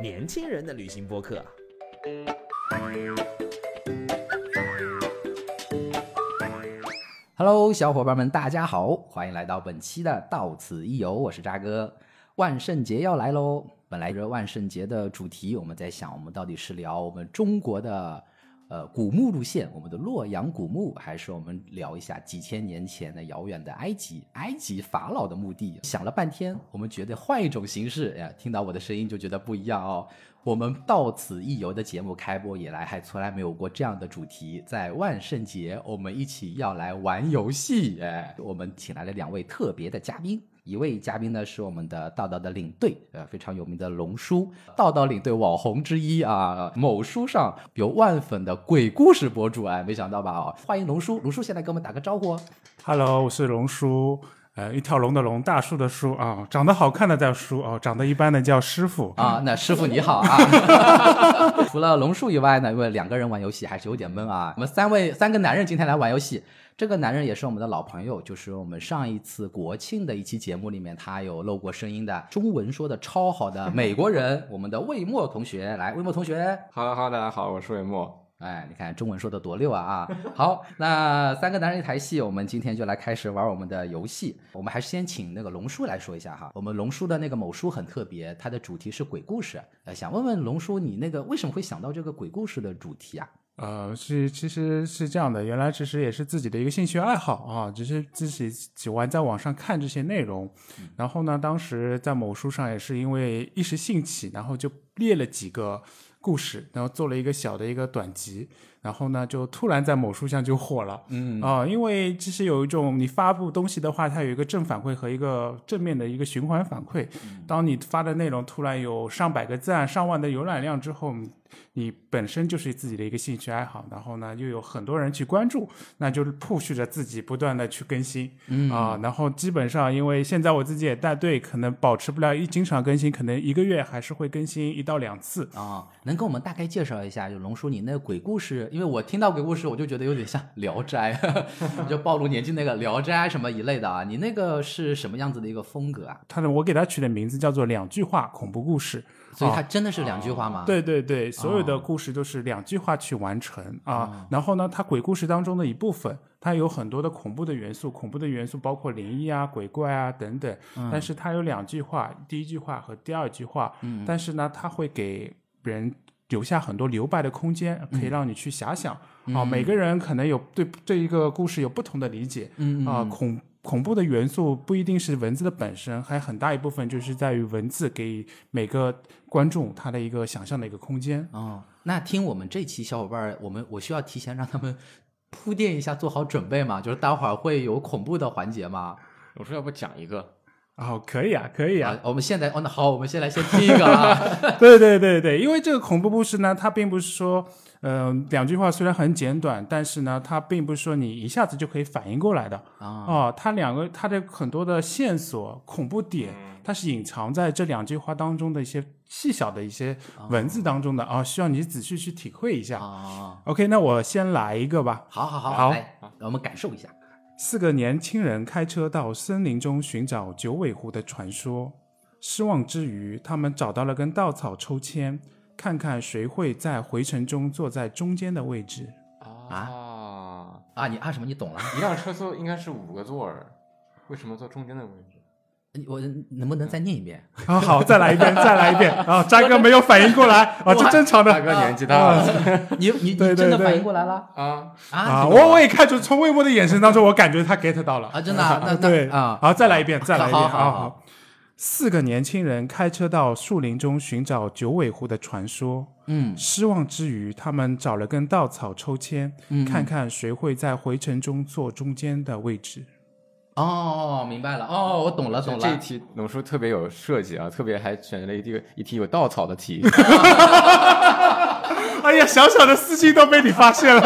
年轻人的旅行播客。啊 Hello，小伙伴们，大家好，欢迎来到本期的《到此一游》，我是渣哥。万圣节要来喽！本来这万圣节的主题，我们在想，我们到底是聊我们中国的呃古墓路线，我们的洛阳古墓，还是我们聊一下几千年前的遥远的埃及，埃及法老的墓地？想了半天，我们觉得换一种形式，哎呀，听到我的声音就觉得不一样哦。我们到此一游的节目开播以来，还从来没有过这样的主题。在万圣节，我们一起要来玩游戏。哎，我们请来了两位特别的嘉宾。一位嘉宾呢是我们的道道的领队，呃，非常有名的龙叔，道道领队网红之一啊，某书上有万粉的鬼故事博主，哎，没想到吧？哦，欢迎龙叔，龙叔先来给我们打个招呼哦。 Hello，我是龙叔，呃，一条龙的龙，大树的树啊、长得好看的叫叔哦，长得一般的叫师傅。啊，那师傅你好啊！除了龙树以外呢，因为两个人玩游戏还是有点闷啊。我们三位三个男人今天来玩游戏，这个男人也是我们的老朋友，就是我们上一次国庆的一期节目里面他有露过声音的，中文说的超好的美国人，我们的魏墨同学，来，魏墨同学，哈喽哈喽，大家好，我是魏墨。哎，你看中文说的多溜啊啊！好，那三个男人一台戏，我们今天就来开始玩我们的游戏。我们还是先请那个龙叔来说一下哈。我们龙叔的那个某书很特别，它的主题是鬼故事。呃，想问问龙叔，你那个为什么会想到这个鬼故事的主题啊？呃，是其实是这样的，原来其实也是自己的一个兴趣爱好啊，只是自己喜欢在网上看这些内容。然后呢，当时在某书上也是因为一时兴起，然后就列了几个故事，然后做了一个小的一个短集。然后呢，就突然在某书上就火了。嗯啊、因为其实有一种你发布东西的话，它有一个正反馈和一个正面的一个循环反馈。当你发的内容突然有上百个赞、上万的浏览量之后，你本身就是自己的一个兴趣爱好，然后呢又有很多人去关注，那就是 push 着自己不断的去更新，嗯啊、然后基本上因为现在我自己也带队，可能保持不了一经常更新，可能一个月还是会更新一到两次。啊、能跟我们大概介绍一下，就龙叔你那个鬼故事？因为我听到鬼故事，我就觉得有点像《聊斋》， 就暴露年纪那个《聊斋》什么一类的啊。你那个是什么样子的一个风格啊？它的我给它取的名字叫做两句话恐怖故事，所以它真的是两句话吗？，对对对，所有的故事都是两句话去完成啊。然后呢，它鬼故事当中的一部分，它有很多的恐怖的元素，恐怖的元素包括灵异啊、鬼怪啊等等。但是它有两句话，第一句话和第二句话，但是呢，它会给人。留下很多留白的空间，可以让你去遐想、啊。每个人可能有对对一个故事有不同的理解，嗯啊，恐恐怖的元素不一定是文字的本身，还很大一部分就是在于文字给每个观众他的一个想象的一个空间。哦，那听我们这期小伙伴儿，我们我需要提前让他们 铺垫一下，做好准备嘛，就是待会儿会有恐怖的环节嘛。我说要不讲一个，哦，可以啊，可以啊啊，，我们现在哦，那好，我们先来先听一个 啊。对对对对，因为这个恐怖故事呢，它并不是说，呃，两句话虽然很简短，但是呢，它并不是说你一下子就可以反应过来的啊哦它两个它的很多的线索、恐怖点，它是隐藏在这两句话当中的一些细小的一些文字当中的啊、需要你仔细去体会一下。啊， OK，那我先来一个吧。好好好，好来，我们感受一下。四个年轻人开车到森林中寻找九尾狐的传说。失望之余，他们找到了根稻草抽签，看看谁会在回程中坐在中间的位置。啊，啊，你啊什么？你懂了？一辆车座应该是五个座儿，为什么坐中间的位置？你我能不能再念一遍？啊，好，再来一遍，再来一遍。啊，渣哥没有反应过来，啊，这正常大的。哥年纪大了 你你你啊对对真的对反应过来了啊，啊啊，你懂了我我也看出，从魏墨的眼神当中，我感觉他 get 到了。啊，真的啊，那那对啊，好，再来一遍，再来一遍好好好啊！好四个年轻人开车到树林中寻找九尾狐的传说。嗯失望之余，他们找了根稻草抽签，嗯看看谁会在回程中坐中间的位置。哦，明白了哦，我懂了懂这一了。题龙叔特别有设计啊，特别还选了一题一题有稻草的 题，哎呀，小小的私心都被你发 现了。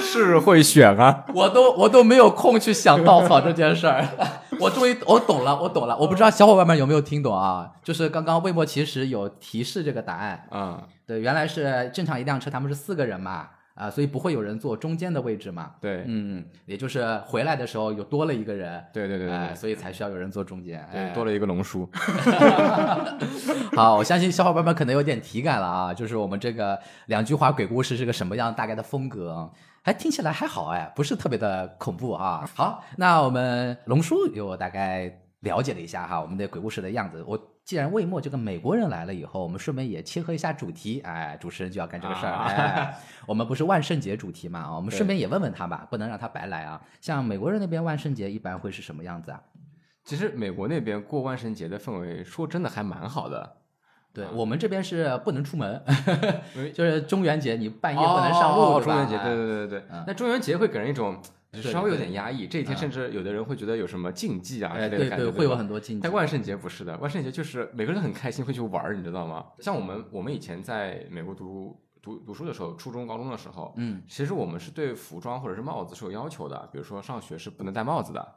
是会选啊。我都我都没有空去想稻草这件事儿， 我终于我懂了，我懂了。我不知道小伙伴们有没有听懂啊？就是刚刚魏墨其实有提示这个答案，啊，对，原来是正常一辆车，他们是四个人嘛，啊、所以不会有人坐中间的位置嘛。对，嗯，也就是回来的时候有多了一个人，对对对对哎、对所以才需要有人坐中间。哎、对，多了一个龙叔，好，我相信小伙伴们可能有点体感了啊，就是我们这个两句话鬼故事是个什么样大概的风格啊，还听起来还好哎，不是特别的恐怖啊。好，那我们龙叔有大概了解了一下哈，我们的鬼故事的样子。我既然魏末这个美国人来了以后，我们顺便也切合一下主题，哎，主持人就要干这个事儿、啊哎。 我们不是万圣节主题嘛，我们顺便也问问他吧，不能让他白来啊。像美国人那边万圣节一般会是什么样子啊？其实美国那边过万圣节的氛围，说真的还蛮好的。对我们这边是不能出门，因为就是中元节你半夜不能上路，哦是中吧元节，对对对对对嗯。那中元节会给人一种就是嗯对稍微有对点压抑，这一天甚至有的人会觉得有什么禁忌啊之哎，类的对感觉，会有吧很多禁忌但。万圣节不是的，万圣节就是每个人很开心，会去玩儿，你知道吗？像我们我们以前在美国读读读书的时候，初中、高中的时候，嗯，其实我们是对服装或者是帽子是有要求的，比如说上学是不能戴帽子的。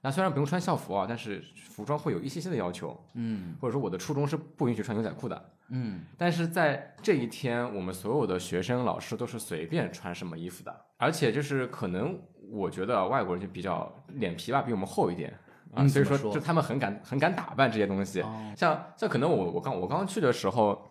那虽然不用穿校服啊，但是服装会有一些些的要求，嗯或者说我的初中是不允许穿牛仔裤的。嗯，但是在这一天，我们所有的学生、老师都是随便穿什么衣服的，而且就是可能我觉得啊外国人就比较脸皮吧，比我们厚一点啊，嗯所以怎么说说就他们很敢很敢打扮这些东西。哦像像可能我我刚我刚去的时候，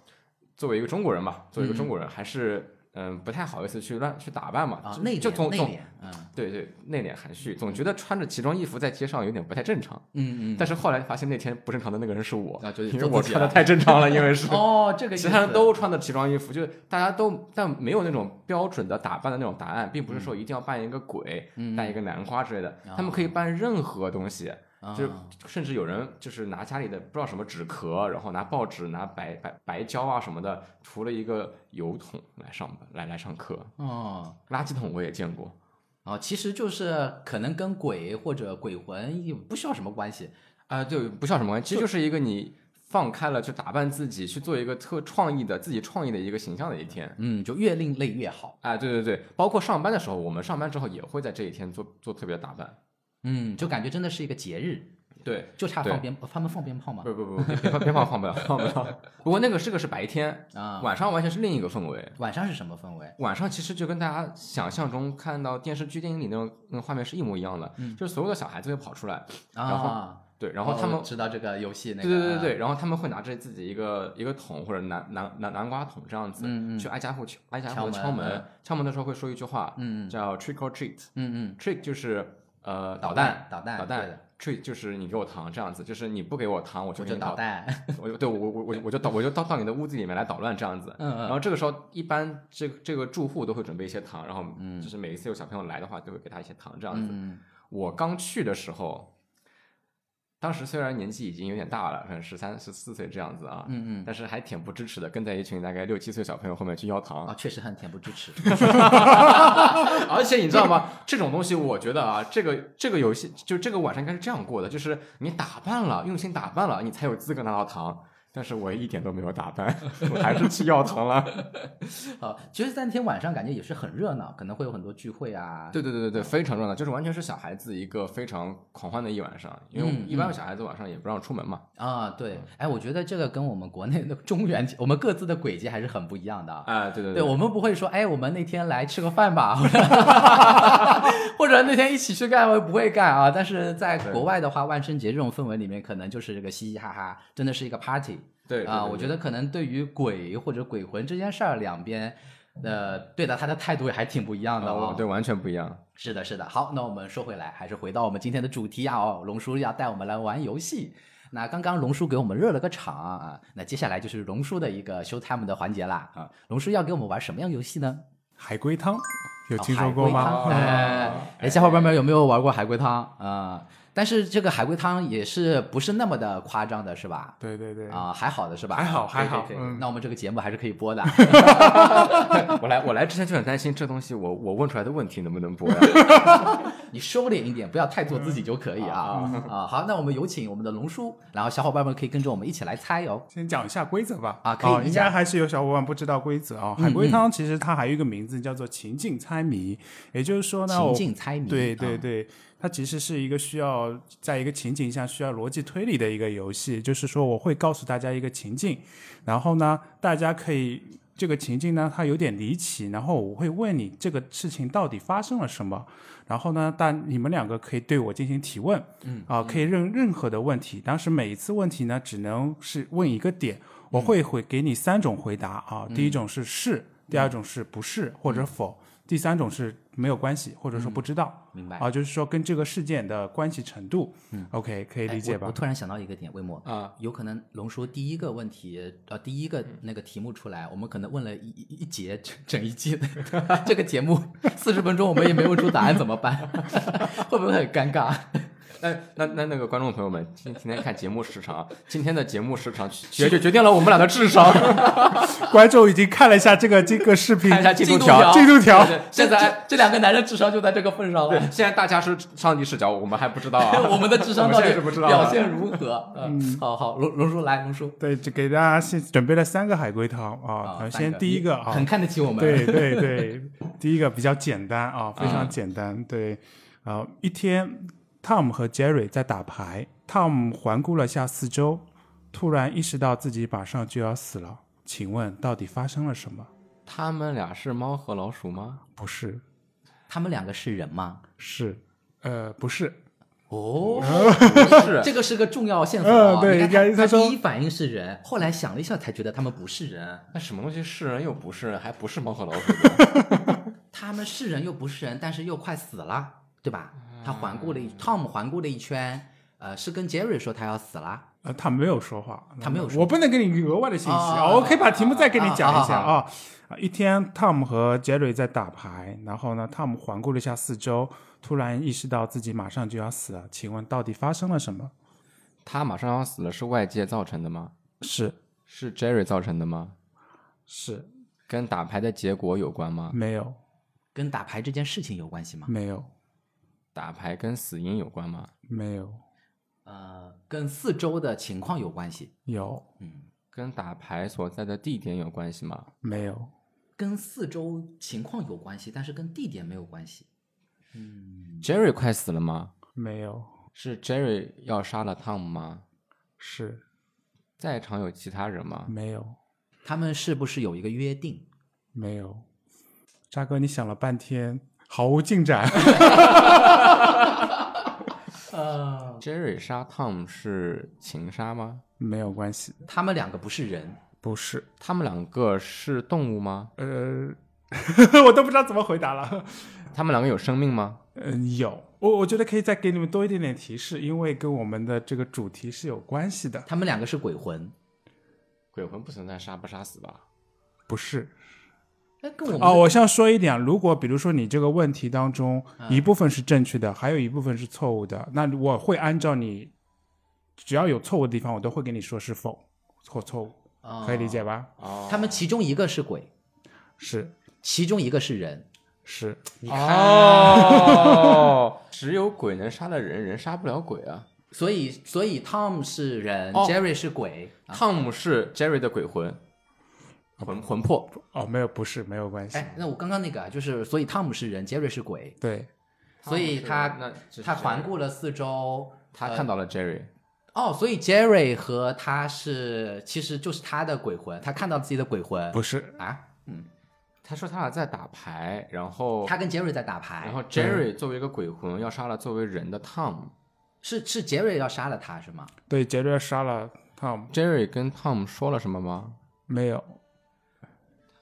作为一个中国人嘛，作为一个嗯中国人还是。嗯，不太好意思去乱去打扮嘛，啊就，内就敛总内总敛，嗯对对内敛含蓄，总觉得穿着奇装异服在街上有点不太正常。嗯嗯。但是后来发现那天不正常的那个人是我，啊就因为做自我己穿了的太正常了，因为是哦，这个意其他人思都穿的奇装异服，就是大家都但没有那种标准的打扮的那种答案，并不是说一定要扮一个鬼、嗯扮一个南瓜之类的啊，他们可以扮任何东西，啊就是甚至有人就是拿家里的不知道什么纸壳，然后拿报纸、拿白白白胶啊什么的，涂了一个油桶来上班来来上课，哦垃圾桶我也见过，哦，其实就是可能跟鬼或者鬼魂也不需要什么关系。啊、对，不像什么关系，其实就是一个你放开了去打扮自己，去做一个特创意的自己创意的一个形象的一天。嗯，就越另类越好。哎，对对对，包括上班的时候，我们上班之后也会在这一天做做特别的打扮。嗯，就感觉真的是一个节日，对，就差对放鞭，他们放鞭炮吗？不不不，别别放别放放不了放不了。不过那个是个是白天， 啊，晚上完全是另一个氛围。晚上是什么氛围？晚上其实就跟大家想象中看到电视剧、电影里那种那种画面是一模一样的，就是所有的小孩子会跑出来，然后啊，对，然后他们嗯哦，知道这个游戏那个，对对对啊对，，然后他们会拿着自己一个一个桶或者南南南南瓜桶这样子，嗯嗯去挨家户去挨家户敲门的敲嗯门，敲门的时候会说一句话，嗯嗯叫 trick or treat。嗯 trick 就是呃导导弹弹，导弹导对弹的。 trick 就是你给我糖这样子，就是你不给我糖，嗯，我我就给就你捣，蛋，我就对我我我我就到我就到到你的屋子里面来捣乱这样子。嗯嗯然后这个时候，一般这个这个住户都会准备一些糖，然后就是每一次有小朋友来的话，都会给他一些糖这样子。嗯，我刚去的时候，当时虽然年纪已经有点大了，可能十三、十四岁这样子啊，嗯嗯但是还挺不支持的，跟在一群大概六七岁小朋友后面去要糖啊，，确实很恬不知耻。 而且你知道吗？这种东西，我觉得啊，这个这个游戏，就这个晚上应该是这样过的，就是你打扮了，用心打扮了，你才有资格拿到糖。但是我一点都没有打扮， 我还是去要糖了。好，其实那天晚上感觉也是很热闹，可能会有很多聚会啊。 对对对对对，非常热闹，就是完全是小孩子一个非常狂欢的一晚上，因为嗯一般小孩子晚上也不让出门嘛。啊，嗯对，哎，我觉得这个跟我们国内的中元节，我们各自的轨迹还是很不一样的啊。哎，对对对，我们不会说，哎，我们那天来吃个饭 吧，或者或者那天一起去干，我不会干啊。但是在国外的话，万圣节这种氛围里面，可能就是这个嘻嘻哈哈，真的是一个 party 对啊。我觉得得可能对于鬼或者鬼魂这件事儿，两边呃对待他的态度也还挺不一样的哦。啊对，完全不一样。是的，是的。好，那我们说回来，还是回到我们今天的主题啊！哦，龙叔要带我们来玩游戏。那刚刚龙叔给我们热了个场啊，那接下来就是龙叔的一个 show time 的环节啦啊！龙叔要给我们玩什么样游戏呢？海龟汤有哦听说过海吗？龟汤哎，哎，小伙伴们有没有玩过海龟汤啊、但是这个海龟汤也是不是那么的夸张的，是吧？对对对，啊、还好的是吧？还好可以还好可以可以嗯那我们这个节目还是可以播的。 我来我来之前就很担心这东西我，我问出来的问题能不能播呀？你收敛一点，不要太做自己就可以嗯啊啊！好，那我们有请我们的龙叔，然后小伙伴们可以跟着我们一起来猜哦。先讲一下规则吧。啊可以哦你应讲该还是有小伙伴不知道规则啊、嗯海龟汤其实它还有一个名字叫做情境猜谜，也就是说呢，情我境猜谜，对对啊，对，它其实是一个需要在一个情景下需要逻辑推理的一个游戏。就是说，我会告诉大家一个情境，然后呢，大家可以这个情境呢，它有点离奇，然后我会问你这个事情到底发生了什么，然后呢，但你们两个可以对我进行提问，嗯啊、可以任任何的问题，当时每一次问题呢，只能是问一个点，嗯我会回给你三种回答啊，第一种是是，第二种是不是或嗯者否，第三种是没有关系或者说不知道，明白啊，就是说跟这个事件的关系程度，嗯，OK 可以哎理解我吧我？突然想到一个点，魏墨啊，有可能龙叔第一个问题，呃，第一个那个题目出来，我们可能问了一一一节整整一季的 这个节目四十分钟，我们也没问出答案，怎么办？ 会不会很尴尬？那那那那个观众朋友们，今今天看节目时长，啊今天的节目时长决决决定了我们俩的智商。观众已经看了一下这个这个视频，看一下进度进度条条，进度条对对现在这这两个男人智商就在这个份上 对了，现在大家是上帝视角，我们还不知道啊。 我们的智商到我们现底在是不知道啊表现如何？嗯，好好，龙龙叔来，龙叔，对，就给大家先准备了三个海龟汤啊，啊，呃三先第一个啊，很看得起我们，对对对，第一个比较简单啊，非常简单。对，啊，一天，Tom 和 Jerry 在打牌，Tom 环顾了下四周，突然意识到自己马上就要死了。请问到底发生了什么？他们俩是猫和老鼠吗？不是，他们两个是人吗？是，呃，不是，哦，不是，这个是个重要线索嗯啊。对你看应该他他他说第一反应是人，后来想了一下才觉得他们不是人，那什么东西是人又不是人，还不是猫和老鼠？他们是人又不是人，但是又快死了，对吧？嗯他环顾了一，Tom 环顾了一圈，呃，是跟 Jerry 说他要死了。呃，他没有说话，他没有说我不能给你额外的信息，啊我可以把题目再给你讲一下啊啊啊。啊一天，汤姆和杰瑞在打牌，然后呢，汤姆环顾了一下四周，突然意识到自己马上就要死了。请问到底发生了什么？ 他马上要死了，是外界造成的吗？是是 Jerry 造成的吗？是跟打牌的结果有关吗？没有跟打牌这件事情有关系吗？没有打牌跟死因有关吗？没有呃，跟四周的情况有关系，有跟打牌所在的地点有关系吗？没有跟四周情况有关系，但是跟地点没有关系。 Jerry 快死了吗？没有是 Jerry 要杀了 Tom 吗？是在场有其他人吗？没有他们是不是有一个约定？没有。扎哥，你想了半天，毫无进展。 呃， Jerry 杀 Tom 是情杀吗？没有关系，他们两个不是人，不是。他们两个是动物吗？呃， 我都不知道怎么回答了。他们两个有生命吗？嗯，有，我我觉得可以再给你们多一点点提示，因为跟我们的这个主题是有关系的。他们两个是鬼魂。鬼魂不存在杀不杀死吧？不是那跟我们哦，我想说一点啊，如果比如说你这个问题当中、一部分是正确的，还有一部分是错误的，那我会按照你，只要有错误的地方，我都会跟你说是否或错误，哦可以理解吧？哦他们其中一个是鬼，是其中一个是人。是，你看， 哦、只有鬼能杀了人，人杀不了鬼啊。所以，所以 Tom 是人、哦 j e r r y 是鬼。汤姆是 Jerry 的鬼魂，魂魂魄。哦，没有，不是，没有关系。哎，那我刚刚那个啊，就是所以 Tom 是人，Jerry 是鬼，对，所以他那这是他 Jerry 环顾了四周，他呃看到了 Jerry，哦，所以 Jerry 和他是其实就是他的鬼魂，他看到自己的鬼魂不是，啊，他说他俩在打牌，然后他跟 Jerry 在打然牌后，Jerry 作为一个鬼魂要杀了作为人的 Tom。是是 Jerry 要杀了他是吗？对，杰瑞杀了汤姆， Jerry 跟 Tom 说了什么吗？没有，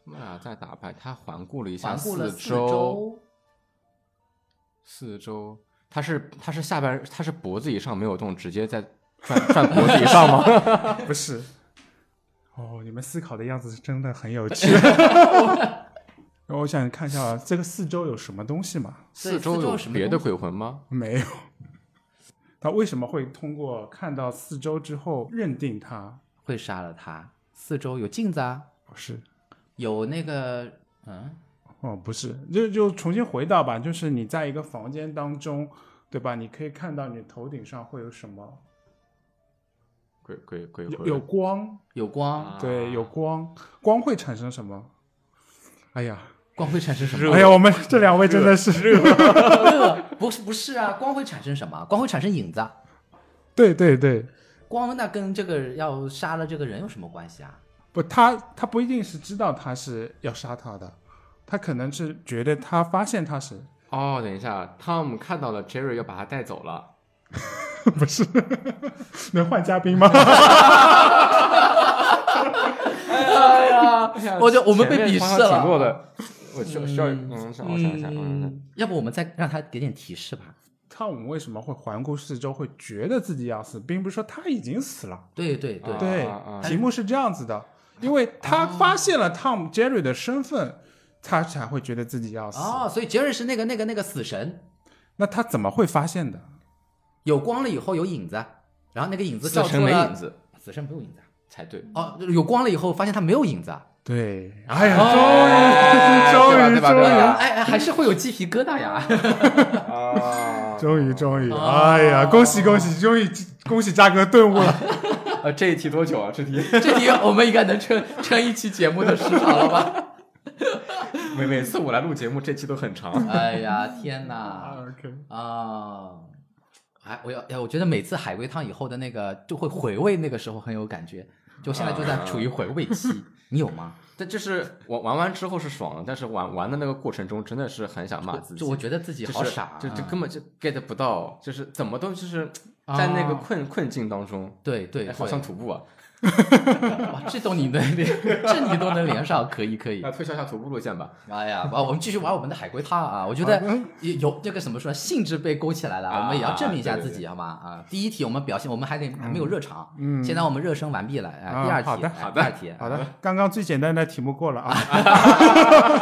他们俩在打牌，他环顾了一下环顾了四周，周，四周，他是他是下半他是脖子以上没有动，直接在转转脖子以上 吗？不是。哦，你们思考的样子是真的很有 趣。我我想看一下啊这个四周有什么东西吗？对四周四周有有什么别的东西鬼魂吗？没有。他为什么会通过看到四周之后认定他会杀了他。四周有镜子啊，不是？有那个嗯，哦，不是，就就重新回到吧，就是你在一个房间当中，对吧？你可以看到你头顶上会有什么？鬼鬼鬼有魂有光，有光，啊对，有光，光会产生什么？哎呀，光会产生什么？哦 哎呀，我们这两位真的是热，不是不是啊，光会产生什么？光会产生影子啊。 对对对，光那跟这个要杀了这个人有什么关系啊？不，他他不一定是知道他是要杀他的，他可能是觉得他发现他是哦，等一下，汤姆看到了 Jerry 要把他带 走了，不是 能换嘉宾吗？ 哎呀，啊我觉得我们被鄙视了前面方向挺 弱的，我需要需要，嗯，我想我想一下，嗯，嗯，要不我们再让他给点提示吧？汤姆为什么会环顾四周，会觉得自己要死，并不是说他已经死了。对对对，啊对啊，哦题目是这样子的，因为他发现了 Tom Jerry 的身份，他才会觉得自己要死。哦，所以杰瑞是那个那个那个死神，那他怎么会发现的？有光了以后有影子，然后那个影子死照出神没影了，子死神没有影子啊，才对，哦，有光了以后发现他没有影子啊，对，哎呀，哎终于，对吧对吧终对于吧，哎哎，还是会有鸡皮疙瘩呀。啊终于，终于，终于，哦哎呀，恭喜恭喜，终于恭喜嘉哥顿悟了。 呃，这一题多久啊？这题 这题我们应该能撑撑一期节目的时长了吧？每每次我来录节目，这期都很长。哎呀，天哪！ OK，啊、还我要哎，我觉得每次海龟汤以后的那个就会回味，那个时候很有感觉。就现在就啊在处于回味期，你有吗？但就是玩玩完之后是爽的，但是玩玩的那个过程中真的是很想骂自己，就我觉得自己就是好傻、啊就就根本就 get 不到，就是怎么都就是啊在那个困困境当中，对对，哎好对想徒步啊！哇，这都你能 连，这你都能连上，可以可以 那。推销一下徒步路线吧。哎呀，哇，我们继续玩我们的海龟汤 啊！我觉得有有这个怎么说，兴致被勾起来了，啊我们也要证明一下对对自己，好吗？啊，第一题我们表现，我们还得还没有热场，啊嗯现在我们热身完毕了，啊，啊第二题，好的哎好的第二题，好的，刚刚最简单的题目过了 啊。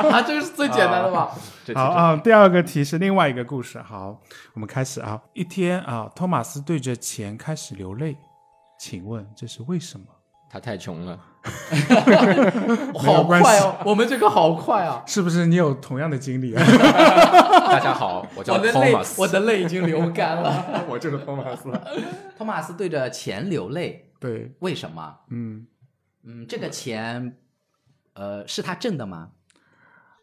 啊，这是最简单的吧？这题好啊，第二个题是另外一个故事。好，我们开始啊。一天啊，托马斯对着钱开始流泪，请问这是为什么？他太穷了，没好有快关系哦，我们这个好快啊！是不是你有同样的经历啊？ 大家好，我我叫的泪， Thomas，我的泪已经流干了。 我就是 Thomas。托马斯对着钱流泪， 对，为什么？嗯，嗯，这个钱，呃，是他挣的吗？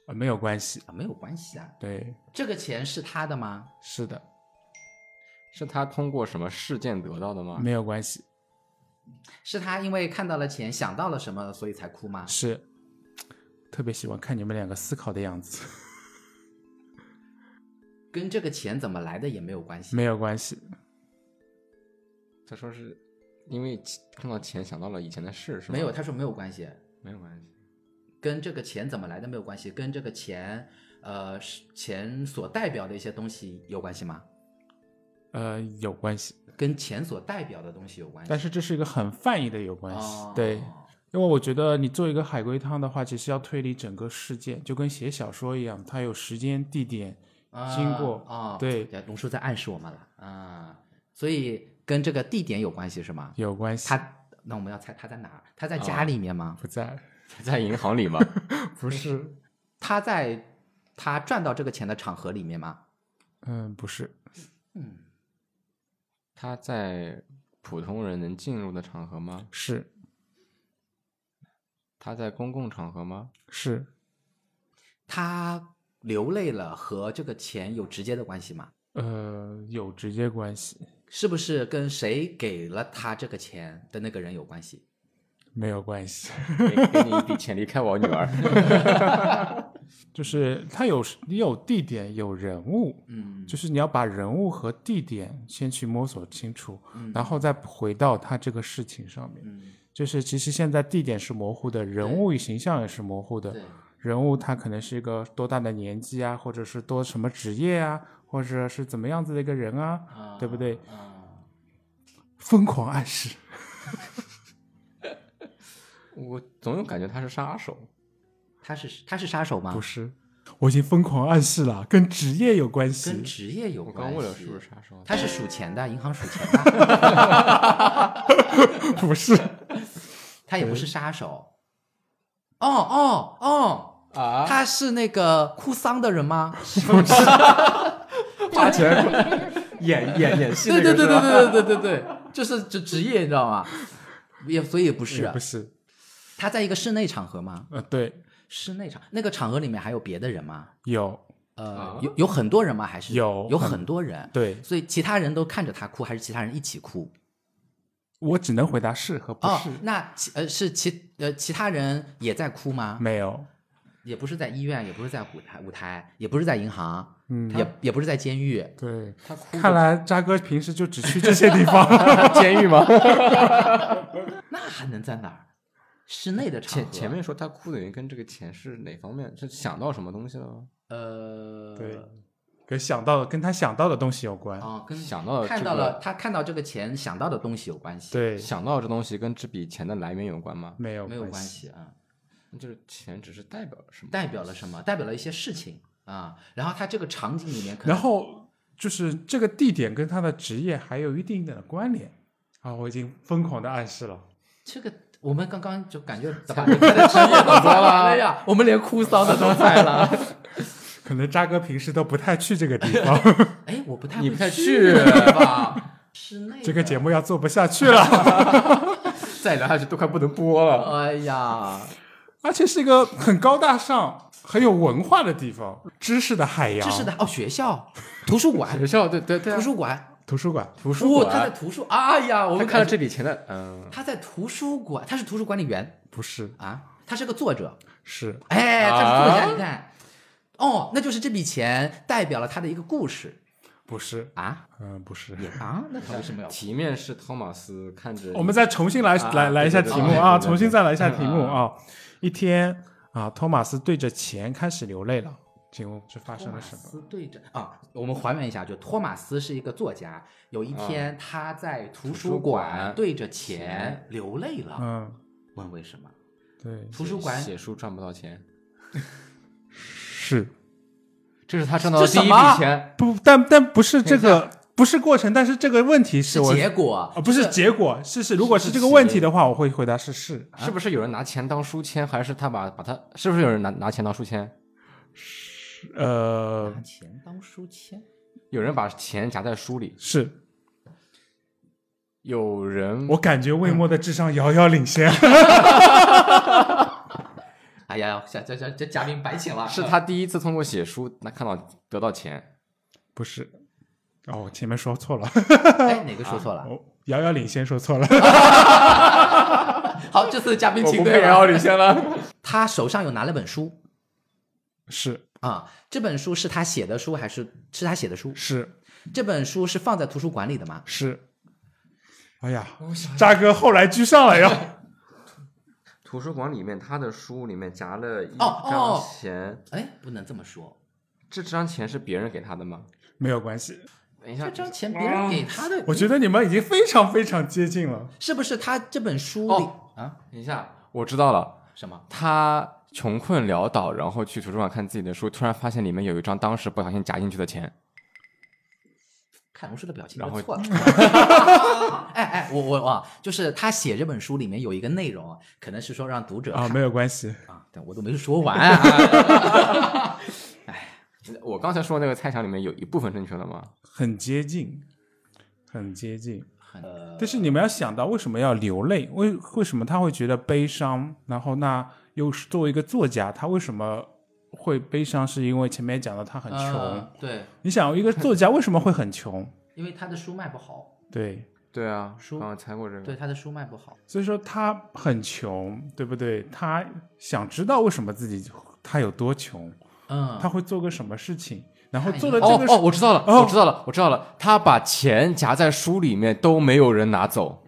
呃没有关系。啊，没有关系啊。对，这个钱是他的吗？是的， 是他通过什么事件得到的吗？没有关系。是他因为看到了钱，想到了什么，所以才哭吗？是，特别喜欢看你们两个思考的样子。跟这个钱怎么来的也没有关系。没有关系。他说是因为看到钱想到了以前的事，是吗？没有，，他说没有关系，没有关系。跟这个钱怎么来的没有关系，跟这个钱，呃，是钱所代表的一些东西有关系吗？呃，有关系，跟钱所代表的东西有关系。但是这是一个很泛义的有关系。哦对，因为我觉得你做一个海龟汤的话，其实要推理整个事件，就跟写小说一样，它有时间、地点、啊经过。啊，对，龙叔在暗示我们了啊，所以跟这个地点有关系是吗？有关系。他，那我们要猜他在哪儿？他在哦家里面吗？不在，他在银行里吗？ 不是，他在他赚到这个钱的场合里面吗？嗯，不是，嗯，他在普通人能进入的场合吗？是他在公共场合吗？是他流泪了和这个钱有直接的关系吗？呃，有直接关系，是不是跟谁给了他这个钱的那个人有关系？没有关系， 给给你一笔钱离开我女儿。就是它有时你有地点有人物，嗯，就是你要把人物和地点先去摸索清楚，嗯然后再回到他这个事情上面。嗯，就是其实现在地点是模糊的，人物与形象也是模糊的。对，啊人物他可能是一个多大的年纪啊，或者是多什么职业啊，或者是怎么样子的一个人啊，啊对不对？啊，疯狂暗示。我总有感觉他是杀手，他是他是杀手吗？不是，我已经疯狂暗示了，跟职业有关系跟。职业有我关系。刚问了是不是杀手，他是数钱的，银行数钱 的，不是，他也不是杀手。哦哦哦，啊，他是那个哭丧的人 吗？ 花钱演演演戏对对对对对对对对对，就是这职业，你知道吗？也所以也不是啊也不是。他在一个室内场合吗？呃，对，室内场那个场合里面还有别的人吗？有，呃啊，有有很多人吗？还是有有很多人？对，所以其他人都看着他哭，还是其他人一起哭？我只能回答是和不哦是，，那其呃是其呃其他人也在哭吗？没有。也不是在医院，也不是在舞台舞台，也不是在银行，嗯，也也不是在监狱。对，他哭看来渣哥平时就只去这些地方。 监狱吗？那还能在哪儿？室内的场合，前前面说他哭的原因跟这个钱是哪方面？是想到什么东西了吗？呃，对跟想到的跟他想到的东西有关。啊，跟想到了看这到个了他看到这个钱想到的东西有关系，，对，想到这东西跟这笔钱的来源有关吗？没有没有关系。系啊，就是钱只是代表了什么？代表了什么？代表了一些事情啊。然后他这个场景里面可能，然后就是这个地点跟他的职业还有一定的关联啊！我已经疯狂的暗示了，这个我们刚刚就感觉怎么你的职业很多了哎 呀？我们连哭骚的都猜了。可能渣哥平时都不太去这个地 方， 哎，我不太你会不太去去吧？室内这个的节，目要做不下去了。再聊下去都快不能播了。哎呀，而且是一个很高大上、很有文化的地方，知识的海洋，知识的哦，学校、图书馆、学校对对对啊图，书馆，图书馆。图书哦，他在馆，图书，哎呀，我他们看感了觉这笔钱的，嗯，他在图书馆，他是图书管理员不是，啊，他是个作者，是哎，他是作家，啊你看，哦，那就是这笔钱代表了他的一个故事不是？啊嗯，不是。也啊，那他为什么要哭？题面是托马斯看着我们再重新来啊来来一下对题对目对啊，对对重新再来一下题目嗯啊。一天啊，托马斯对着钱开始流泪了。请问这发托生马了什么？斯对着啊，我们还原一下，就托马斯是一个作家，有一天他在啊图书图书馆馆对着钱流泪了，嗯，问为什么？对，图书馆写书赚不到钱，是这是他赚到的这第什一么笔钱，不？但但不是这等一个，不是过程，但是这个问题是是我结果啊，不是这结果，是是。如果是是这个问结题的话，我会回答是是是不是有人拿钱当书签，还是他把把他是不是有人拿拿钱当书签？呃拿钱当书签，有人把钱夹在书里，是。有人我感觉魏末的智商遥遥领先。 哎呀，这这这这嘉宾白 请了，是他第一次通过写书那看到得到钱，不是，哦，我前面说错了， 哎哪个说错了？我遥遥领先说错了。好，这次嘉宾请对然后了。领啊先了。他手上有拿了本书是啊，这本书是他写的书还是是他写的书？是这本书是放在图书馆里的吗？是，哎呀，渣哥后来居上了呀。 图书馆里面他的书里面夹了一哦张哦钱，哎，不能这么说，这张钱是别人给他的吗？ 没有关系，等一下这，张钱别人给他的，我觉得你们已经非常非常接近了。是不是他这本书里、哦啊等一下，我知道了，什么？他穷困潦倒，然后去图书馆看自己的书，突然发现里面有一张当时不小心夹进去的钱。看龙叔的表情然就后 错了。哎哎，我我啊，就是他写这本书里面有一个内容，啊可能是说让读者啊，看没有关系，啊，但我都没说完、 啊。我刚才说那个猜想里面有一部分正确了吗？很接近，很接近。呃但是你们要想到为什么要流泪，为为什么他会觉得悲伤，然后那又是作为一个作家，他为什么会悲伤？是因为前面讲到他很穷。呃对，你想一个作家为什么会很穷？ 因为他的书卖不好，对，对啊，书刚刚猜过这个。对，他的书卖不好。所以说他很穷，对不对？他想知道为什么自己他有多穷，嗯，他会做个什么事情，然后看一做了哦这个哦，我知道了，哦我知道了，我知道了。他把钱夹在书里面，都没有人拿走，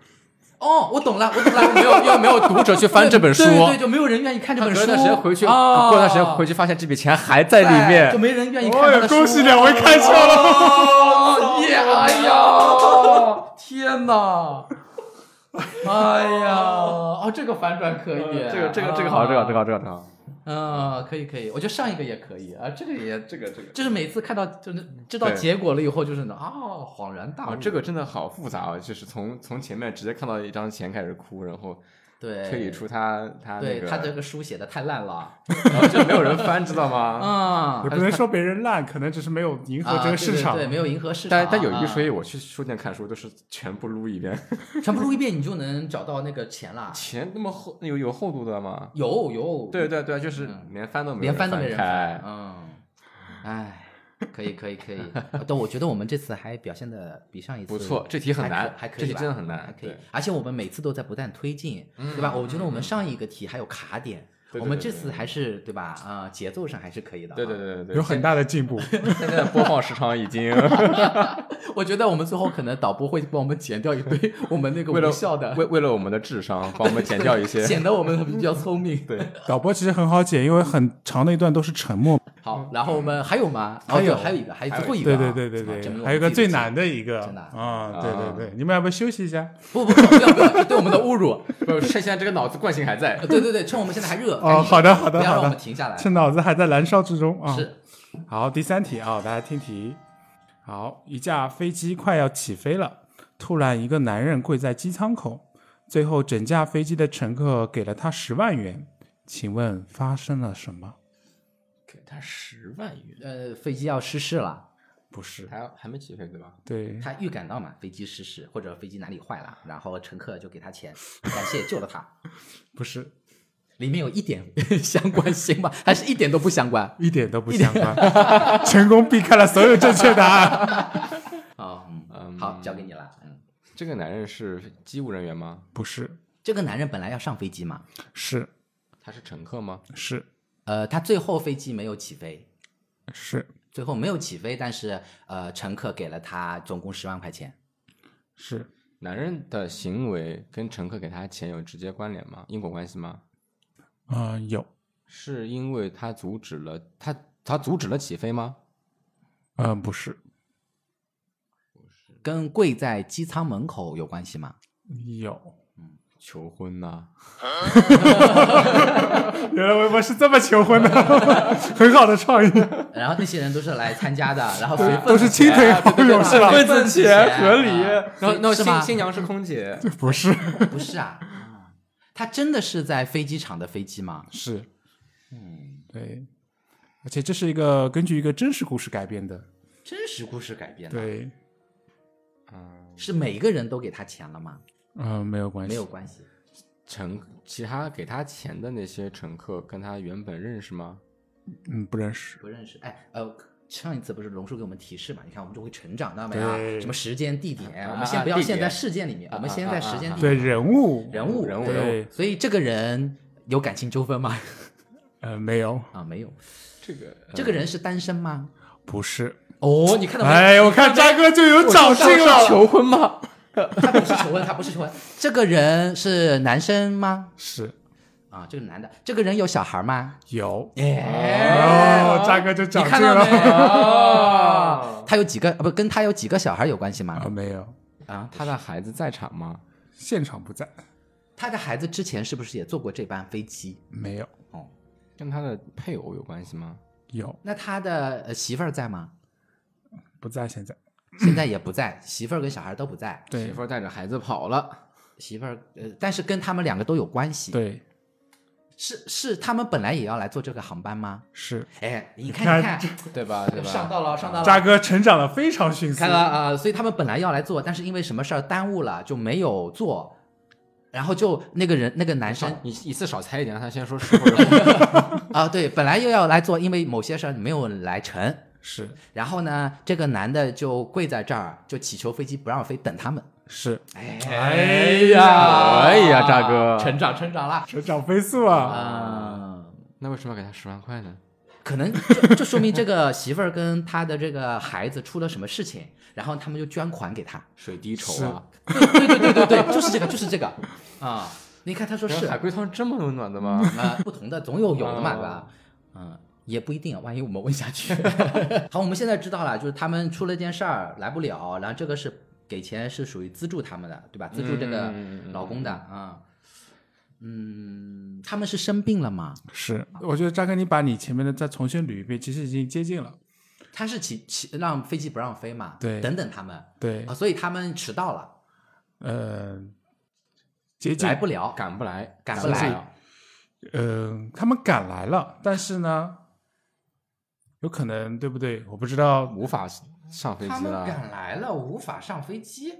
哦，我懂了，我懂了，没有，又没有读者去 翻这本书。 对对，就没有人愿意看这他本隔书。哎段时间回去，啊哦、过段时间回去发现这笔钱还在里就面。没人愿意看他哦的，书。恭喜两位开窍了！哦，耶！哎呀，天哪！哎呀，哦，这个反转可以，好，呃这个啊好这个好，这个好。嗯，可以可以，我觉得上一个也可以啊，这个也这个这个就是每次看到就是知道对结果了以后，就是啊恍然大悟，啊，这个真的好复杂啊！就是从从前面直接看到一张钱开始哭，然后对推理出他他那对个，他这个书写的太烂了，然后 就没有人翻，知 道吗？啊 也，不能说别人烂，可能只是没有迎合这个市啊场对对对，。没有迎合市场，但但有一说谁一，我去书店看书都是全部撸一遍， 全部录一遍，你就能找到那个钱了，钱那么厚有有厚度的吗？有有，对对对，就是嗯连翻都没有啊连翻都没人开翻，。嗯，哎，可以可以 可以，啊但我觉得我们这次还表现的比上一次不错这题很还可难还可以这题吧真的很难还可以对。嗯而且我们每次都在不断推进，对吧？我觉得我们上一个题还有卡点，对对我们对这对次还是对吧？啊，节奏上还是可以的。啊对对。 对对对，有很大的进步。现在 播放时长已 经我觉得我们最后可能导播会帮我们剪掉一堆我们那个为了无效的，为为了我们的智商，帮我们减掉一些。 显得我们比较聪明。对，导播其实很好解，因为很长的一段都是沉默。好，然后我们还有吗？哦还有对还有一个，还有最后一个对啊。对对对啊证明对，我还有一们个自己最的难的一个真的啊，对啊对对，你们要不要休息一下？不不不，不要不要，是对我们的侮辱。不，趁现在这个脑子惯性还在呃。对对对，趁我们现在还热。赶哦，紧好的好的不要好让我们的，停下来。趁脑子还在燃烧之中啊。是，好，第三题啊，大家听题。好，一架飞机快要起飞了，突然一个男人跪在机舱口，最后整架飞机的乘客给了他十万元。请问发生了什么？给他十万元，呃，飞机要失事了，不是，还还没起飞对吧？对，他预感到嘛，飞机失事或者飞机哪里坏了，然后乘客就给他钱，感谢救了他。不是，里面有一点 相关性吗？还是一点都不相关？一点都不相关， 成功避开了所有正确答案。哦，嗯，嗯好，交给你了。嗯，这个男人是机务人员吗？不是，这个男人本来要上飞机嘛，是他是乘客吗？是呃，他最后飞机没有起飞，是最后没有起飞，但是呃，乘客给了他总共十万块钱。是，男人的行为跟乘客给他钱有直接关联吗？因果关系吗？啊、有，是因为他阻止了他他阻止了起飞吗？嗯、不是，跟跪在机舱门口有关系吗？有。求婚呐、原来微博是这么求 婚的，很好的创意， 然后那些人都是来参加的，然后随份都是亲钱朋好友是吧？对份 子钱合理然后，那是吗新新娘是空姐，不是， 不是啊，啊他真的是在飞机场的飞机吗？是，嗯，对，而且这是一个根据一个真实故事改编的，真实故事改编的，对，嗯，是每个人都给他钱了吗？嗯、没有关系，没有关系，乘其他给他钱的那些乘客跟他原本认识吗？嗯，不认识，不认识。哎，呃。上一次不是龙叔给我们提示嘛？你看我们就会成长，到没有啊？对什么时间、地点，啊我们先不要地点现在事件里面，我们先在时间、啊地对点、人物，人物、人物对对所以这个人有感情纠纷吗？呃，没有，啊，没有。这个这个人是单身吗？不是，哦，你看到没有？哎，我看渣哥就有长进了，求婚吗？他不是求婚，他不是求婚。这个人是男生吗？是啊，这个男的，这个人有小孩吗？有，哎，哦，渣哦哥就你长看进到没了，有？他有几个？啊不，跟他有几个小孩有关系啊，吗？没有，啊，他的孩子在场吗？现场不在，他的孩子之前是不是也坐过这班飞机？没有，哦，跟他的配偶有关系吗？有那他的呃媳妇儿在吗？不在现在，现在也不在，媳妇儿跟小孩都不在。媳对妇儿带着孩子跑了，媳妇儿呃，但是跟他们两个都有关系。，对是是，他们本来也要来坐这个航班吗？是，哎，你看你看看，对吧？对吧？上道了，上道了。渣哥成长的非常迅速呃看，了啊、呃所以他们本来要来做，但是因为什么事儿耽误了，就没有做。然后就那个人，那个男生你一次少猜一点，让他先说是或者 啊、对，本来又要来做，因为某些事儿没有来成。是然后呢，这个男的就跪在这儿，就祈求飞机不让飞，等他们。是，哎呀哎呀大哥成长成长啦！成长飞速啊，啊、那为什么要给他十万块呢？可能这这说明这个媳妇儿跟他的这个孩子出了什么事情，然后他们就捐款给他。水滴筹啊！对对对对对，就是这个，就是这个啊！你看他说是海龟汤这么温暖的吗？啊，不同的总有有的嘛，啊对吧？嗯，也不一定，万一我们问下去。 好，我们现在知道了，就是他们出了件事儿来不了，然后这个是给钱是属于资助他们的，对吧？资助这个嗯老公的啊。嗯，他们是生病了吗？是，我觉得扎哥，你把你前面的再重新捋一遍，其实已经接近了。他是起起让飞机不让飞嘛？对等等他们对啊，，所以他们迟到了，呃，接近来，不了。赶不来，啊赶不不来，呃，他们赶来了，但是呢，有可能对不对？我不知道，无法上飞他机们了。赶来了，无法上飞机。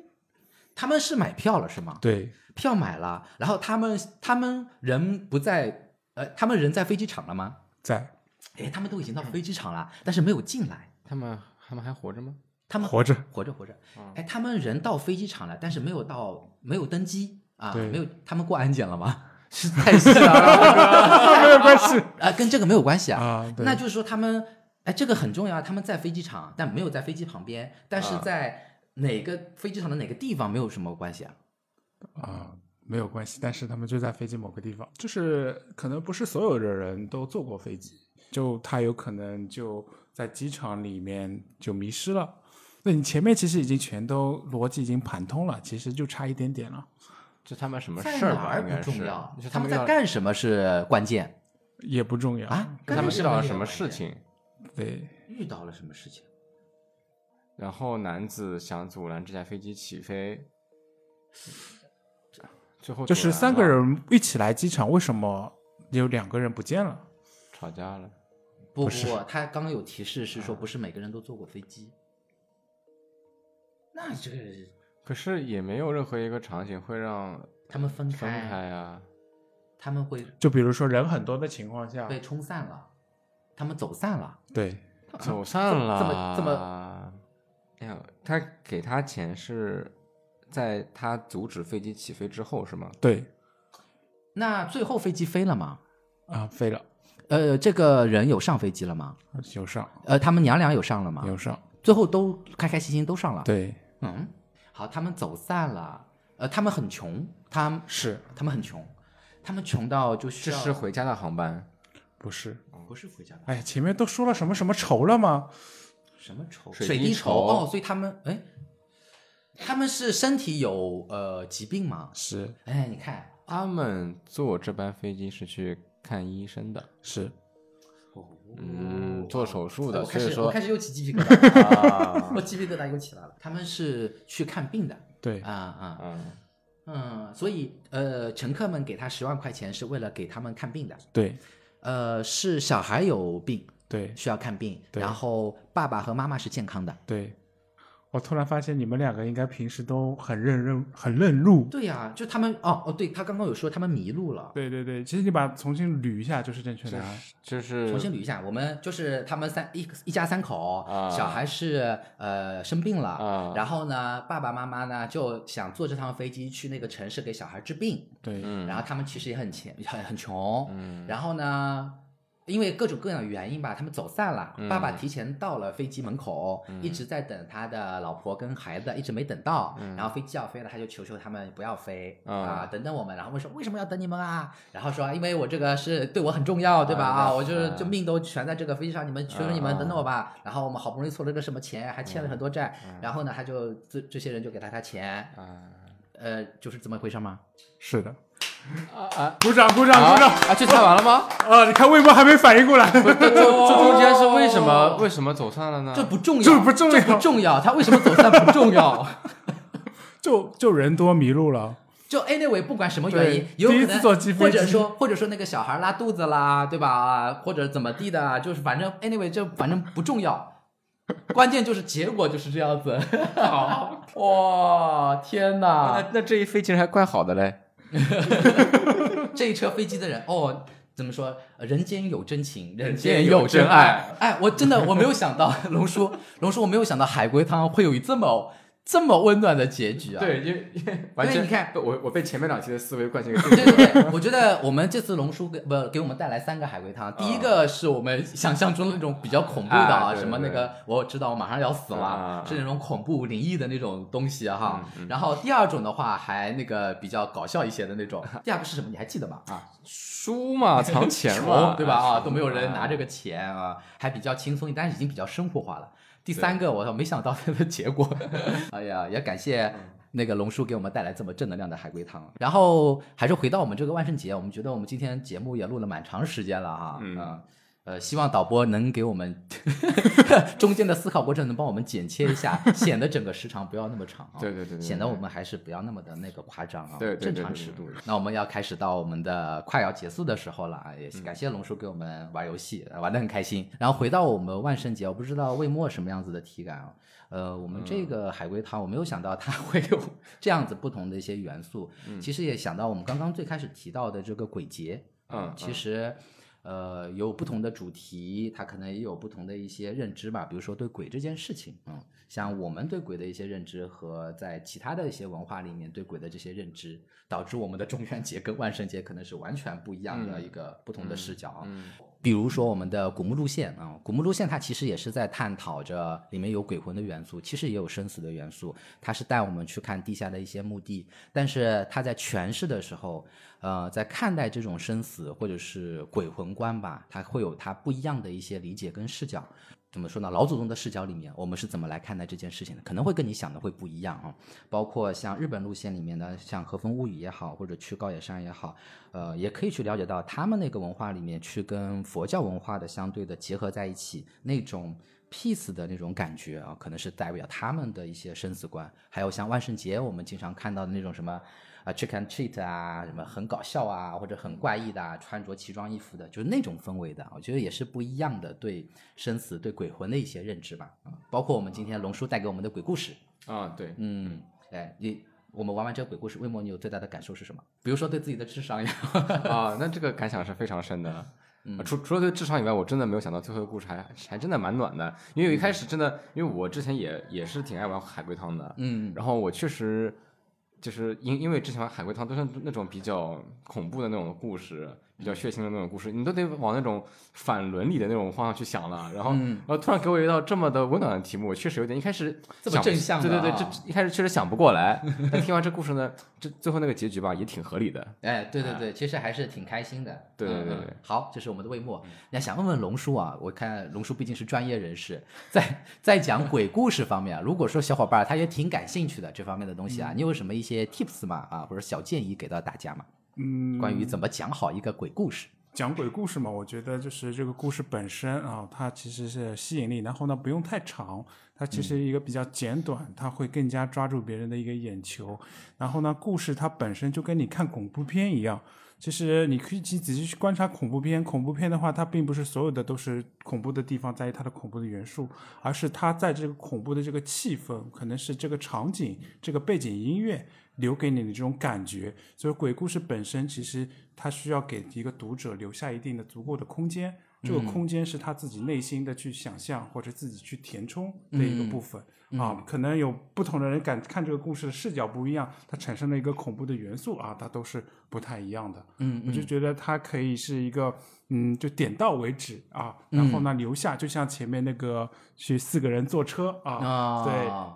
他们是买票了是吗？对，票买了，然后他们他们人不在，呃，他们人在飞机场了吗？在哎，他们都已经到飞机场了，但是没有进来。他们他们还活着吗？他们 活着，活着活着嗯，哎，他们人到飞机场了，但是没有到，没有登机啊，对没有，他们过安检了吗？ 是太细了啊，没有关系 啊，跟这个没有关系啊。啊。对那就是说他们，哎，这个很重要，他们在飞机场，但没有在飞机旁边，但是啊在哪个飞机场的哪个地方没有什么关系啊？啊，没有关系，但是他们就在飞机某个地方，就是可能不是所有的人都坐过飞机，就他有可能就在机场里面就迷失了。那你前面其实已经全都逻辑已经盘通了，其实就差一点点了。就他们什么在事儿哪吧，儿应该不是重要，就是他们们遇到在干什么是关键也不重要啊？他们干遇到了没有什么关事键？情，对，遇到了什么事情？然后男子想阻拦这架飞机起飞，最后就是阻拦三个了人一起来机场，为什么有两个人不见了？吵架了，不不不是不，他刚刚有提示是啊说不是每个人都坐过飞机。那这个可是也没有任何一个场景会让他们分分开，开啊。他们会就比如说人很多的情况下，被冲散了，他们走散了。对，走散了，这啊么这么？哎呀，他给他钱是在他阻止飞机起飞之后是吗？对那最后飞机飞了吗？啊，飞了，呃，这个人有上飞机了吗？有上呃，他们娘俩有上了吗？有上，最后都开开心心都上了。，对，嗯，好，他们走散了。呃，他们很穷，他是他们很穷，他们穷到就需这要是回家的航班，不是？不是回家的哎，前面都说了什么什么仇了吗？什么仇？水水滴滴筹筹哦，所以他们哎，他们是身体有呃疾病吗？是哎，你看，他们坐这班飞机是去看医生的，是，哦嗯，做手术的，我所开以始我说开始又起鸡皮疙瘩了， 啊，我鸡皮疙瘩又起来了。他们是去看病的对，啊啊嗯，嗯，所以呃，乘客们给他十万块钱是为了给他们看病的，对，呃，是小孩有病对，需要看病，对然后爸爸和妈妈是健康的。对。我突然发现你们两个应该平时都很认认很认路。对呀、就他们哦哦，对他刚刚有说他们迷路了，对对对，其实你把重新捋一下就是正确啊就答案。是就是重新捋一下，我们就是他们三一一家三口，啊小孩是呃生病了，啊然后呢，爸爸妈妈呢就想坐这趟飞机去那个城市给小孩治病，对，嗯，然后他们其实也很钱很很穷，嗯然后呢。因为各种各样的原因吧，他们走散了。嗯爸爸提前到了飞机门口，一直在等他的老婆跟孩子，一直没等到。然后飞机要飞了，他就求求他们不要飞嗯啊，等等我们。然后问说为什么要等你们啊？然后说因为我这个是对我很重要，对吧？啊啊，那我就是啊就命都全在这个飞机上，你们求求你啊们啊等等我吧。然后我们好不容易凑了个什么钱，还欠了很多债。然后呢，他就这这些人就给他他钱，啊呃，就是这么回事吗？是的。啊鼓掌，鼓掌，鼓掌！啊！就猜完了吗？啊，你看魏博还没反应过来， 这这中间是为什么为什么走散了呢？这不重要，这不重要这不重要。他为什么走散不重要？就就人多迷路了。就 anyway，不管什么原因对，有可能第一次坐机飞机或者说或者说那个小孩拉肚子啦，对吧？或者怎么地的，啊就是反正 anyway，这反正不重要，关键就是结果就是这样 子。哇，天哪！那那这一飞其实还怪好的嘞。这一车飞机的人，哦，怎么说？呃人间有真情，人间有真爱。哎，我真的我没有想到，龙叔，龙叔，我没有想到海龟汤会有这么这么温暖的结局啊！对，因为因为完对全你看我我被前面两期的思维 惯进一个对对对，我觉得我们这次龙叔给不给我们带来三个海龟汤，第一个是我们想象中的那种比较恐怖的啊啊，对对什么那个我知道我马上要死啊了，是那种恐怖灵异的那种东西啊哈嗯嗯。然后第二种的话还那个比较搞笑一些的那种，第二个是什么你还记得吗？啊，书嘛，藏钱嘛穷，对吧？啊，都没有人拿这个钱啊，还比较轻松，但是已经比较生活化了。第三个我倒没想到它的结 果，哎呀，也感谢那个龙叔给我们带来这么正能量的海龟汤。啊然后还是回到我们这个万圣节，我们觉得我们今天节目也录了蛮长时间了哈，嗯啊呃，希望导播能给我们 中间的思考过程能帮我们剪切一 下，显得整个时长不要那么长啊。对对对对对显得我们还是不要那么的那个夸张啊，对对对正常对对尺度。那我们要开始到我们的快要结束的时候了啊，也嗯感谢龙叔给我们玩游戏，呃玩的很开心。然后回到我们万圣节，我不知道魏墨什么样子的体感啊。呃，我们嗯这个海龟汤，我没有想到它 会有这样子不同的一些嗯元素。其实也想到我们刚刚最开始提到的这个鬼节，嗯嗯其实。呃，有不同的主题，它可能也有不同的一些认知吧。比如说对鬼这件事情，嗯，像我们对鬼的一些认知和在其他的一些文化里面对鬼的这些认知，导致我们的中元节跟万圣节可能是完全不一样的嗯一个不同的视角啊。嗯比如说我们的古墓路线啊，古墓路线它其实也是在探讨着里面有鬼魂的元素，其实也有生死的元素。它是带我们去看地下的一些墓地，但是它在诠释的时候，呃，在看待这种生死或者是鬼魂观吧，它会有它不一样的一些理解跟视角。怎么说呢？老祖宗的视角里面，我们是怎么来看待这件事情的？可能会跟你想的会不一样啊。包括像日本路线里面的，像和风物语也好，或者去高野山也好，呃，也可以去了解到他们那个文化里面去跟佛教文化的相对的结合在一起，那种 peace 的那种感觉啊，可能是代表他们的一些生死观。还有像万圣节，我们经常看到的那种什么啊 trick and treat 啊，什么很搞笑啊，或者很怪异的啊，穿着奇装异服的，就是那种氛围的，我觉得也是不一样的对生死、对鬼魂的一些认知吧。啊，包括我们今天龙叔带给我们的鬼故事，啊，对，嗯，哎，你我们玩完这个鬼故事，魏萌，你有最大的感受是什么？比如说对自己的智商呀， 啊，那这个感想是非常深的。嗯啊除除了对智商以外，我真的没有想到最后的故事还还真的蛮暖的，因为一开始真的，因为我之前也也是挺爱玩海龟汤的，嗯，然后我确实就是因因为之前玩海龟汤都是那种比较恐怖的那种故事，比较血腥的那种故事，你都得往那种反伦理的那种方向去想了，然后、嗯然后突然给我一道这么的温暖的题目，我确实有点一开始这么想不正向的对对对，啊这这一开始确实想不过来，但听完这故事呢，这最后那个结局吧也挺合理的，哎，对对对，其实还是挺开心的。对对嗯对嗯对好，这是我们的魏末。那想问问龙叔啊，我看龙叔毕竟是专业人士，在在讲鬼故事方面啊，如果说小伙伴儿他也挺感兴趣的这方面的东西啊，你有什么一些 tips 吗？啊，或者小建议给到大家吗？嗯，关于怎么讲好一个鬼故事？讲鬼故事嘛，我觉得就是这个故事本身啊，它其实是吸引力，然后呢不用太长，它其实一个比较简短，它会更加抓住别人的一个眼球。然后呢，故事它本身就跟你看恐怖片一样，其实你可以去仔细去观察恐怖片。恐怖片的话，它并不是所有的都是恐怖的地方在于它的恐怖的元素，而是它在这个恐怖的这个气氛，可能是这个场景、这个背景音乐留给你的这种感觉。所以鬼故事本身其实它需要给一个读者留下一定的足够的空间，这个空间是他自己内心的去想象或者自己去填充的一个部分。啊，可能有不同的人感看这个故事的视角不一样，它产生了一个恐怖的元素啊，它都是不太一样的。嗯我就觉得它可以是一个，嗯，就点到为止啊，然后呢留下，就像前面那个去四个人坐车啊，啊，对，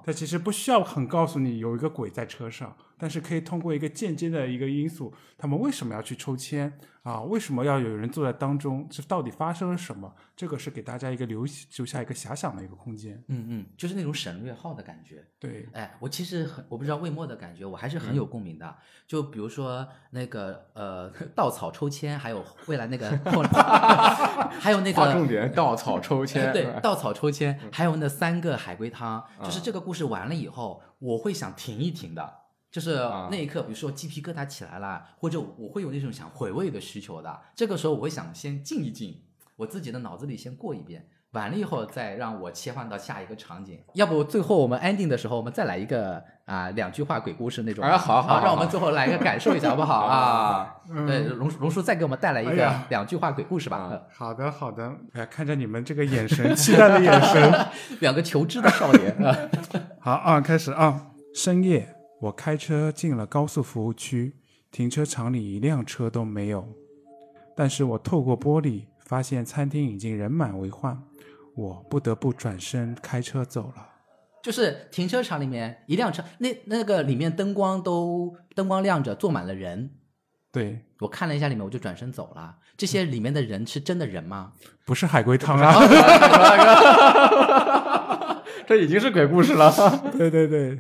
它其实不需要很告诉你有一个鬼在车上，但是可以通过一个间接的一个因素，他们为什么要去抽签啊，为什么要有人坐在当中，这到底发生了什么？这个是给大家一个留留下一个遐想的一个空间。嗯嗯，就是那种省略号的感觉。对，哎，我其实很，我不知道魏末的感觉，我还是很有共鸣的。就比如说那个呃， 稻草抽签，还有未来那个 后来，还有那划重个。点，稻草 抽签，哎对，稻草抽签，嗯还有那三个海龟汤，就是这个故事完了以后，我会想停一停的，就是啊那一刻，比如说鸡皮疙瘩起来了，或者我会有那种想回味的需求的，这个时候我会想先静一静，我自己的脑子里先过一遍，完了以后再让我切换到下一个场景。要不最后我们 ending 的时候，我们再来一个啊、两句话鬼故事那种。哎好好让我好嗯们最后来一个感受一下，好不好啊？对，龙叔龙叔再给我们带来一哎个呀两句话鬼故事吧，呃啊好的好的，哎，看着你们这个眼神，期待的眼神。两个求知的少年。啊好啊，开始啊！深夜，我开车进了高速服务区，停车场里一辆车都没有。但是我透过玻璃发现餐厅已经人满为患，我不得不转身开车走了。就是停车场里面一辆车，那那个里面灯光都灯光亮着，坐满了人。对，我看了一下里面，我就转身走了。这些里面的人是真的人吗？不是海龟汤啊！这已经是鬼故事了。啊对对对，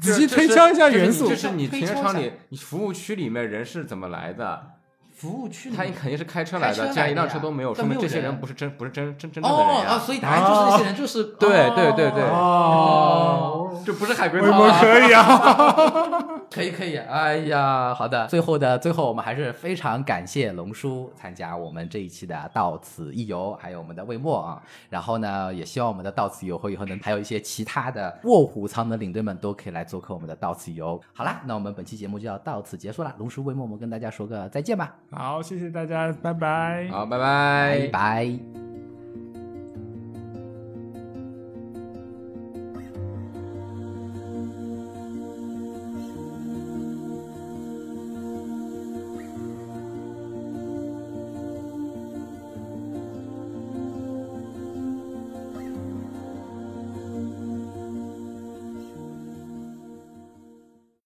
仔仔细 就 是推敲一下元素就。是你推就是你停车敲一场下里，你服务区里面人是怎么来的？服务区他肯定是开车开来车的，既来然一的辆呀车都没有，但说明没有这些人人不是真不是真真真正的哦人啊，呀。所以答案就是那些人，就是对对对对哦 这不是海龟我汤们啊！可以啊！可以可以，哎呀，好的，最后的最后，我们还是非常感谢龙叔参加我们这一期的到此一游，还有我们的魏墨啊。然后呢，也希望我们的到此一游会以后能还有一些其他的卧虎藏龙的领队们都可以来做客我们的到此一游。好啦，那我们本期节目就要到此结束啦。龙叔魏墨，我们跟大家说个再见吧，好，谢谢大家，拜拜。好，拜拜拜。拜。